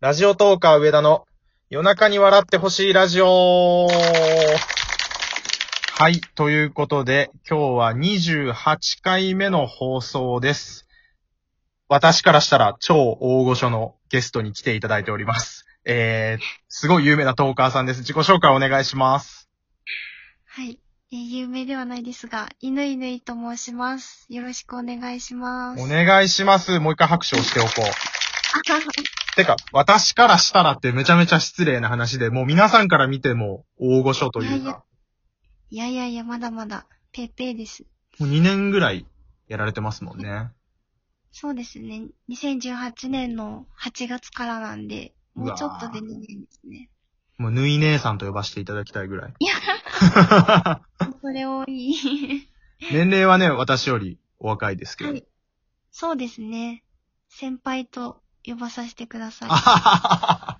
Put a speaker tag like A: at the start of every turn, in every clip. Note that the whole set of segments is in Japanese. A: ラジオトーカー上田の夜中に笑ってほしいラジオはい、ということで、今日は28回目の放送です。私からしたら超大御所のゲストに来ていただいております。えー、すごい有名なトーカーさんです。自己紹介お願いします。
B: はい。えー有名ではないですが、犬犬と申します。よろしくお願いします。
A: お願いします。もう一回拍手をしておこう。てか、私からしたらってめちゃめちゃ失礼な話で、もう皆さんから見ても大御所という
B: いやいや
A: か、
B: いやいやいや、まだまだ、ペーペーです。
A: もう2年ぐらいやられてますもんね。
B: そうですね。2018年の8月からなんで、もうちょっとで2年ですね。
A: もう、ぬい姉さんと呼ばせていただきたいぐらい。
B: いや、それ多い。
A: 年齢はね、私よりお若いですけど。
B: はいそうですね。先輩と呼ばさせてください
A: あ。 ははは
B: は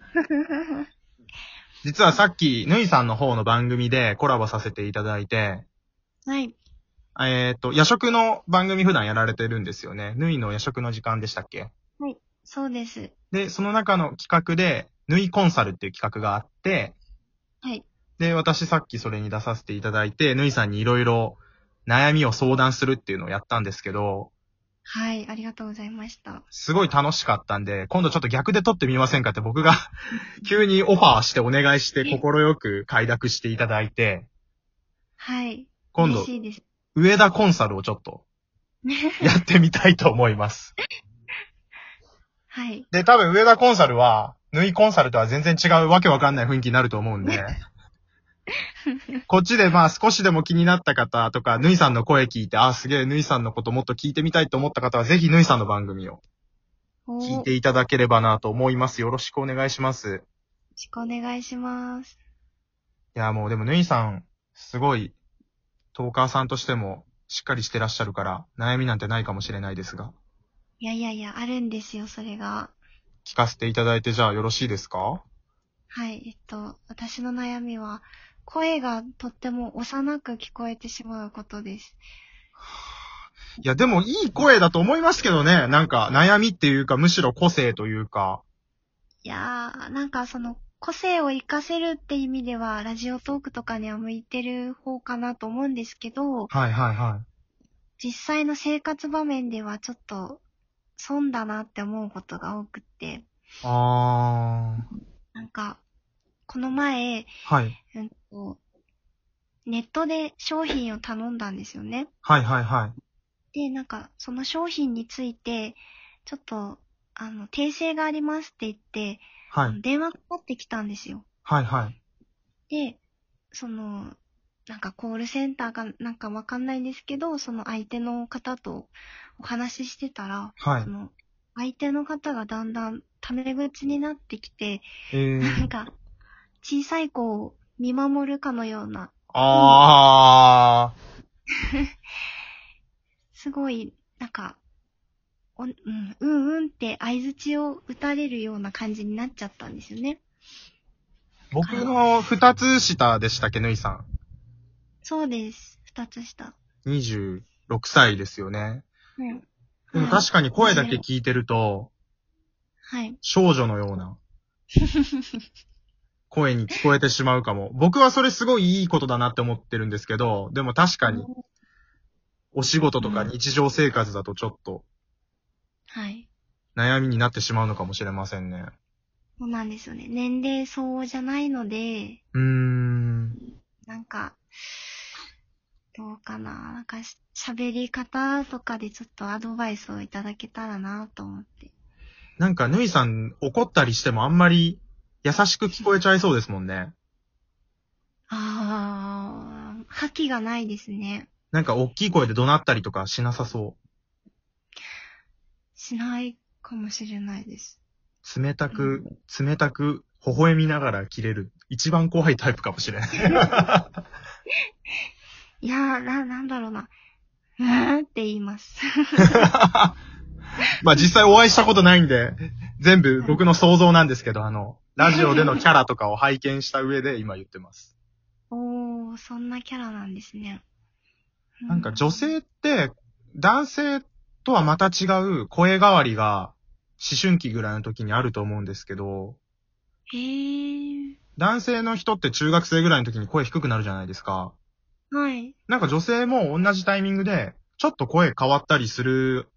A: 実はさっき、ぬいさんの方の番組でコラボさせていただいて、
B: い。
A: えっ、と、夜食の番組普段やられてるんですよね。ぬいの夜食の時間でしたっけ
B: そうです。
A: で、その中の企画で、ぬいコンサルっていう企画があって、
B: はい。
A: で、私さっきそれに出させていただいて、ぬいさんにいろいろ悩みを相談するっていうのをやったんですけど、
B: はい。ありがとうございました。
A: すごい楽しかったんで、今度ちょっと逆で撮ってみませんかって僕 が急にオファーしてお願いして快く快諾していただいて、
B: はい。
A: 今
B: 嬉
A: 度、
B: しいです。
A: 上田コンサルをちょっとやってみたいと思います。
B: はい。
A: で、多分上田コンサルは、縫いコンサルとは全然違うわけわかんない雰囲気になると思うんで、こっちでまあ少しでも気になった方とか、縫いさんの声聞いて、あーすげえ縫いさんのこともっと聞いてみたいと思った方は、ぜひ縫いさんの番組を
B: おー
A: 聞い
B: よろ
A: ていただければなと思います。よろしくお願いします。
B: しくお願いします。
A: いや、もうでも、ぬいさん、すごい、トーカーさんとしても、しっかりしてらっしゃるから、悩みなんてないかもしれないですが、
B: いやいやいや、あるんですよ、それが。
A: 聞かせていただいて、じゃあよろしいですか
B: はい、えっと、私の悩みは、声がとっても幼く聞こえてしまうことです。
A: いや、でも、いい声だと思いますけどね、なんか、悩みっていうか、むしろ個性というか、
B: いやー、なんかその、個性を活かせるって意味では、ラジオトークとかには向いてる方かなと思うんですけど、
A: はいはいは
B: 実際の生活場面ではちょっと、損だなって思うことが多くって、
A: い。あ
B: なんか、この前、
A: ー、はい、
B: うんと、ネットで商品を頼んだんですよね。
A: はいはいはい。
B: で、なんか、その商品について、ちょっと、あの、訂正がありますって言って、
A: はい、
B: 電話かかってきたんですよ。
A: はいはい。
B: で、その、なんかコールセンターかなんかわかんないんですけど、その相手の方とお話ししてたら、
A: は
B: そ
A: い。
B: の、相手の方がだんだんタメ口になってきて、
A: えー、
B: なんか、小さい子を見守るかのような、
A: あ
B: すごい、なんか、おうん、うんうんって相づちを打たれるような感じになっちゃったんですよね。
A: ー、僕の二つ下でしたっけ、ぬいさん。
B: そうです。二つ下。
A: 26歳ですよね。
B: うん。
A: でも確かに声だけ聞いてると、
B: はい。
A: 少女のよう な声に聞こえてしまうかも。僕はそれすごいいいことだなって思ってるんですけど、でも確かにお仕事とか
B: うん
A: 日常生活だとちょっと
B: はい。
A: 悩みになってしまうのかもしれませんね。
B: そうなんですよね。年齢相応じゃないので、
A: うーん。
B: なんか、どうかな。なんかし、喋り方とかでちょっとアドバイスをいただけたらなと思って。
A: なんかぬいさん怒ったりしてもあんまり優しく聞こえちゃいそうですもんね。
B: あー、覇気がないですね。
A: なんか大きい声で怒鳴ったりとかしなさそ
B: しないかもしれないです。
A: う。冷たく、冷たく、微笑みながら切れる。一番怖いタイプかもし れない。
B: いやー、な、なんだろうな。うーんって言います。
A: まあ実際お会いしたことないんで、全部僕の想像なんですけど、あの、ラジオでのキャラとかを拝見した上で今言ってます。
B: おー、そんなキャラなんですね。う
A: なんか女性って、男性とはまた違う声変わりが春期ぐらいの時にあると思うんですけど、
B: へえ。
A: 男性の人って中学生ぐらいの時に声低くなるじゃないですか。
B: はい。
A: なんか女性も同じタイミングで、ちょっと声変わったりする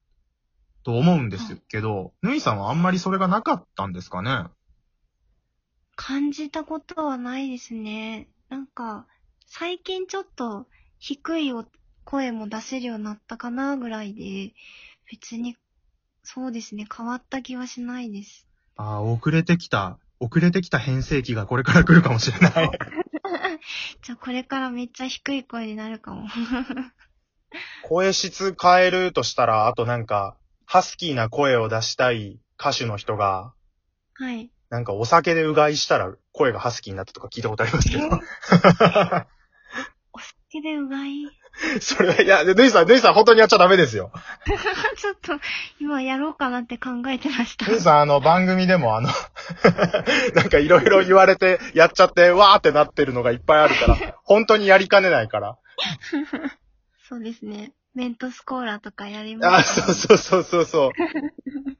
A: と思うんですけど、ぬいさんはあんまりそれがなかったんですかね
B: 感じたことはないですね。なんか、最近ちょっと低いお声も出せるようになったかなぐらいで、別に、そうですね、変わった気はしないです。
A: ああ、遅れてきた、遅れてきた変声期がこれから来るかもしれない。
B: じゃあこれからめっちゃ低い声になるかも。
A: 声質変えるとしたら、あとなんか、ハスキーな声を出したい歌手の人が、
B: はい。
A: なんかお酒でうがいしたら声がハスキーになったとか聞いたことあります けど。
B: お酒でうがい
A: それは、いや、でぬいさん、ぬいさん本当にやっちゃダメですよ。
B: ちょっと、今やろうかなって考えてました
A: ぬ。いさん、あの、番組でもあの、 なんかいろいろ言われて、やっちゃって、わーってなってるのがいっぱいある から、本当にやりかねないから。
B: そうですね。メントスコーラとかやりま
A: あ、
B: す。
A: そうそうそうそうそう。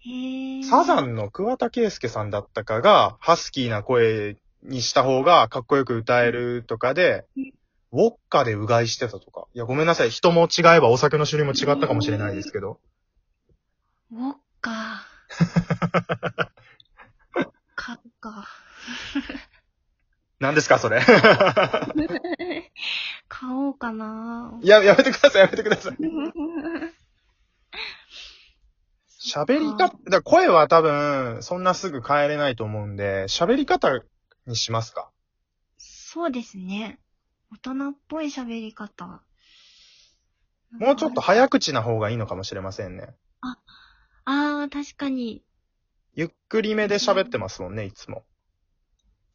B: へー。
A: サザンの桑田佳祐さんだったかが、ハスキーな声にした方がかっこよく歌えるとかで
B: うん、
A: ウォッカでうがいしてたとか。いや、ごめんなさい。人も違えばお酒の種類も違ったかもしれないですけど。
B: ウォッカ。カッカ。
A: 何ですか、それ。
B: 買おうかな。
A: いや、やめてください、やめてください。喋り方、だから声は多分、そんなすぐ変えれないと思うんで、喋り方にしますか。
B: そうですね。大人っぽい喋り方。
A: もうちょっと
B: あ
A: 早口な方がいいのかもしれませんね。
B: あー、確かに。
A: ゆっくりめで喋ってますもんね、いつも。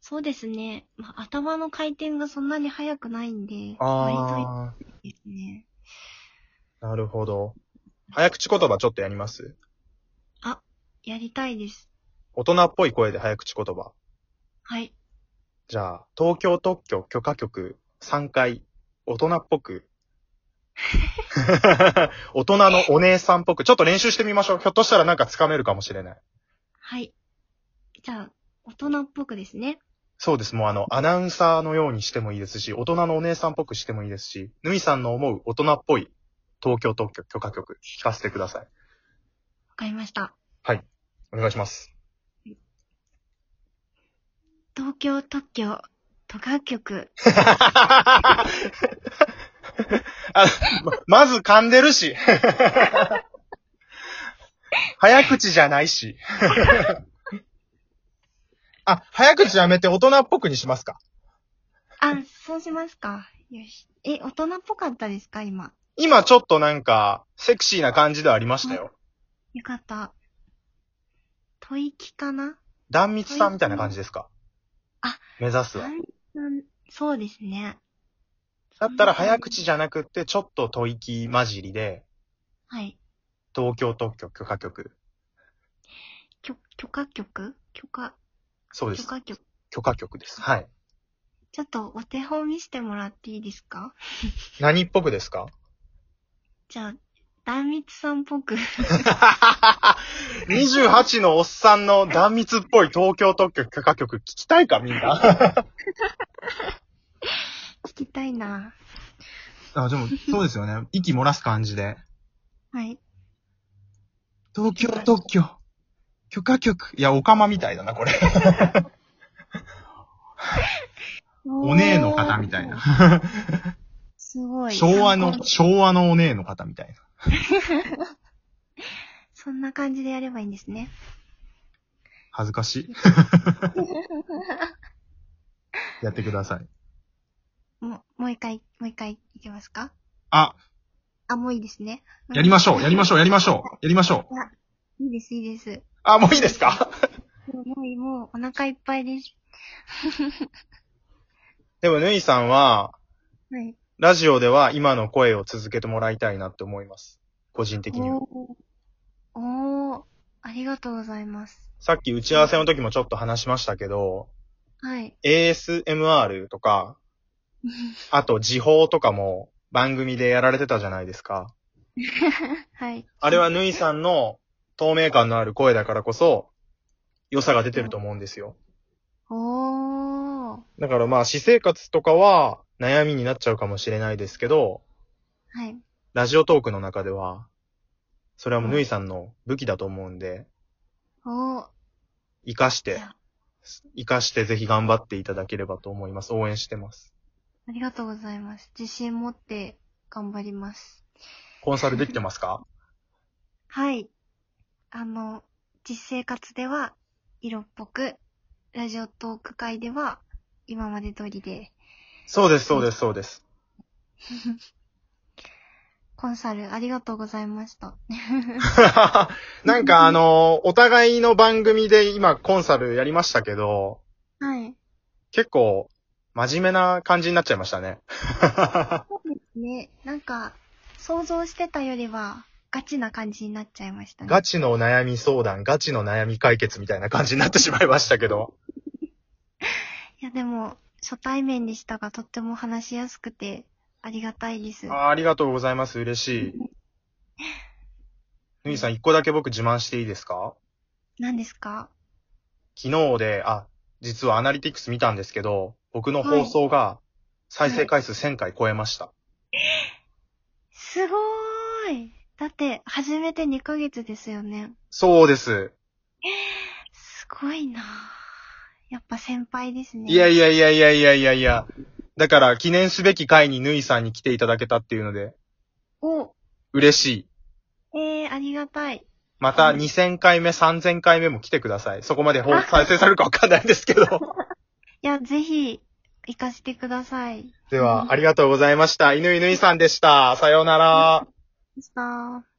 B: そうですね。まあ、頭の回転がそんなに速くないんで、割と
A: あ
B: いいですね。
A: ー、なるほど。早口言葉ちょっとやります
B: やりたいです。
A: 大人っぽい声で早口言葉。
B: はい。
A: じゃあ、東京特許許可局3回、大人っぽく。 大人のお姉さんっぽく。ちょっと練習してみましょう。ひょっとしたらなんか掴めるかもしれない。
B: はい。じゃあ、大人っぽくですね。
A: そうです。もうあの、アナウンサーのようにしてもいいですし、大人のお姉さんっぽくしてもいいですし、ぬいさんの思う大人っぽい東京特許許可局聞かせてください。
B: わかりました。
A: お願いします。
B: 東京特許都学局。
A: あままず噛んでるし。 早口じゃないし。 あ、早口やめて大人っぽくにしますか
B: あ、そうしますか。よし。え、大人っぽかったですか今。
A: 今ちょっとなんか、セクシーな感じではありましたよ。
B: よかった。吐息かな
A: 断密さんみたいな感じですか
B: あ、
A: 目指すは。
B: うんそうですね。
A: だったら早口じゃなくって、ちょっと吐息混じりで、
B: はい。
A: 東京特許許可局。
B: 許許可局許可、
A: そうで
B: 許
A: す。
B: 可局。
A: 許可局です。はい。
B: ちょっとお手本見せてもらっていいですか
A: 何っぽくですか
B: じゃあ、壇蜜さんっぽく。
A: ?28 のおっさんの断密っぽい東京特許許可局聞きたいかみんな。
B: 聞きたいな。
A: あ、でも、そうですよね。息漏らす感じで。
B: はい。
A: 東京特許許可局。いや、オカマみたいだな、これ。お姉の方みたいな。。
B: すごい。
A: 昭和
B: 参考
A: の、
B: に
A: 昭和のお姉の方みたいな。
B: そんな感じでやればいいんですね。
A: 恥ずかしい。やってください。
B: もう、もう一回、もう一回いけますか
A: あ、
B: あ、もういいですね。
A: やりましょう、やりましょう、やりましょう、やりましょう。
B: いいです、いいです。
A: あ、もういいです か
B: もう、もう、もうお腹いっぱいです。
A: でも、ぬいさんは、
B: はい。
A: ラジオでは今の声を続けてもらいたいなって思います。個人的には。
B: おーおー、ありがとうございます。
A: さっき打ち合わせの時もちょっと話しましたけど、
B: はい。
A: ASMR とか、あと時報とかも番組でやられてたじゃないですか。
B: はい。
A: あれはぬいさんの透明感のある声だからこそ、良さが出てると思うんですよ。
B: おー。
A: だからまあ、私生活とかは悩みになっちゃうかもしれないですけど、
B: はい。
A: ラジオトークの中では、それはもうぬいさんの武器だと思うんで、
B: おー。
A: 活かし
B: じ
A: て
B: ゃ、あ
A: 活かしてぜひ頑張っていただければと思います。応援してます。
B: ありがとうございます。自信持って頑張ります。
A: コンサルできてますか
B: はい。あの、実生活では色っぽく、ラジオトーク会では今まで通りで、
A: そうです、そうです、そうです。
B: コンサルありがとうございました。
A: なんかあの、お互いの番組で今コンサルやりましたけど、
B: はい。
A: 結構、真面目な感じになっちゃいました ね。
B: ね、なんか、想像してたよりはガチな感じになっちゃいましたね。
A: ガチの悩み相談、ガチの悩み解決みたいな感じになってしまいましたけど。
B: いやでも、初対面でしたがとっても話しやすくてありがたいです。
A: あーありがとうございます。嬉しい。ぬいさん、一個だけ僕自慢していいですか
B: 何ですか
A: 昨日で、あ、実はアナリティクス見たんですけど、僕の放送が再生回数1000回超えました。
B: すごーいだって、初めて2ヶ月ですよね。
A: そうです。
B: すごいなーやっぱ先輩ですね。
A: いやいやいやいやいやいやいや。だから、記念すべき回にぬいさんに来ていただけたっていうので、
B: お、
A: 嬉しい。
B: えー、ありがたい。
A: また
B: はい
A: 2000回目、3000回目も来てください。そこまで放再生されるかわかんないんですけど。
B: いや、ぜひ、行かせてください。
A: では、ありがとうございました。犬犬さんでした。さようなら。
B: でしたー。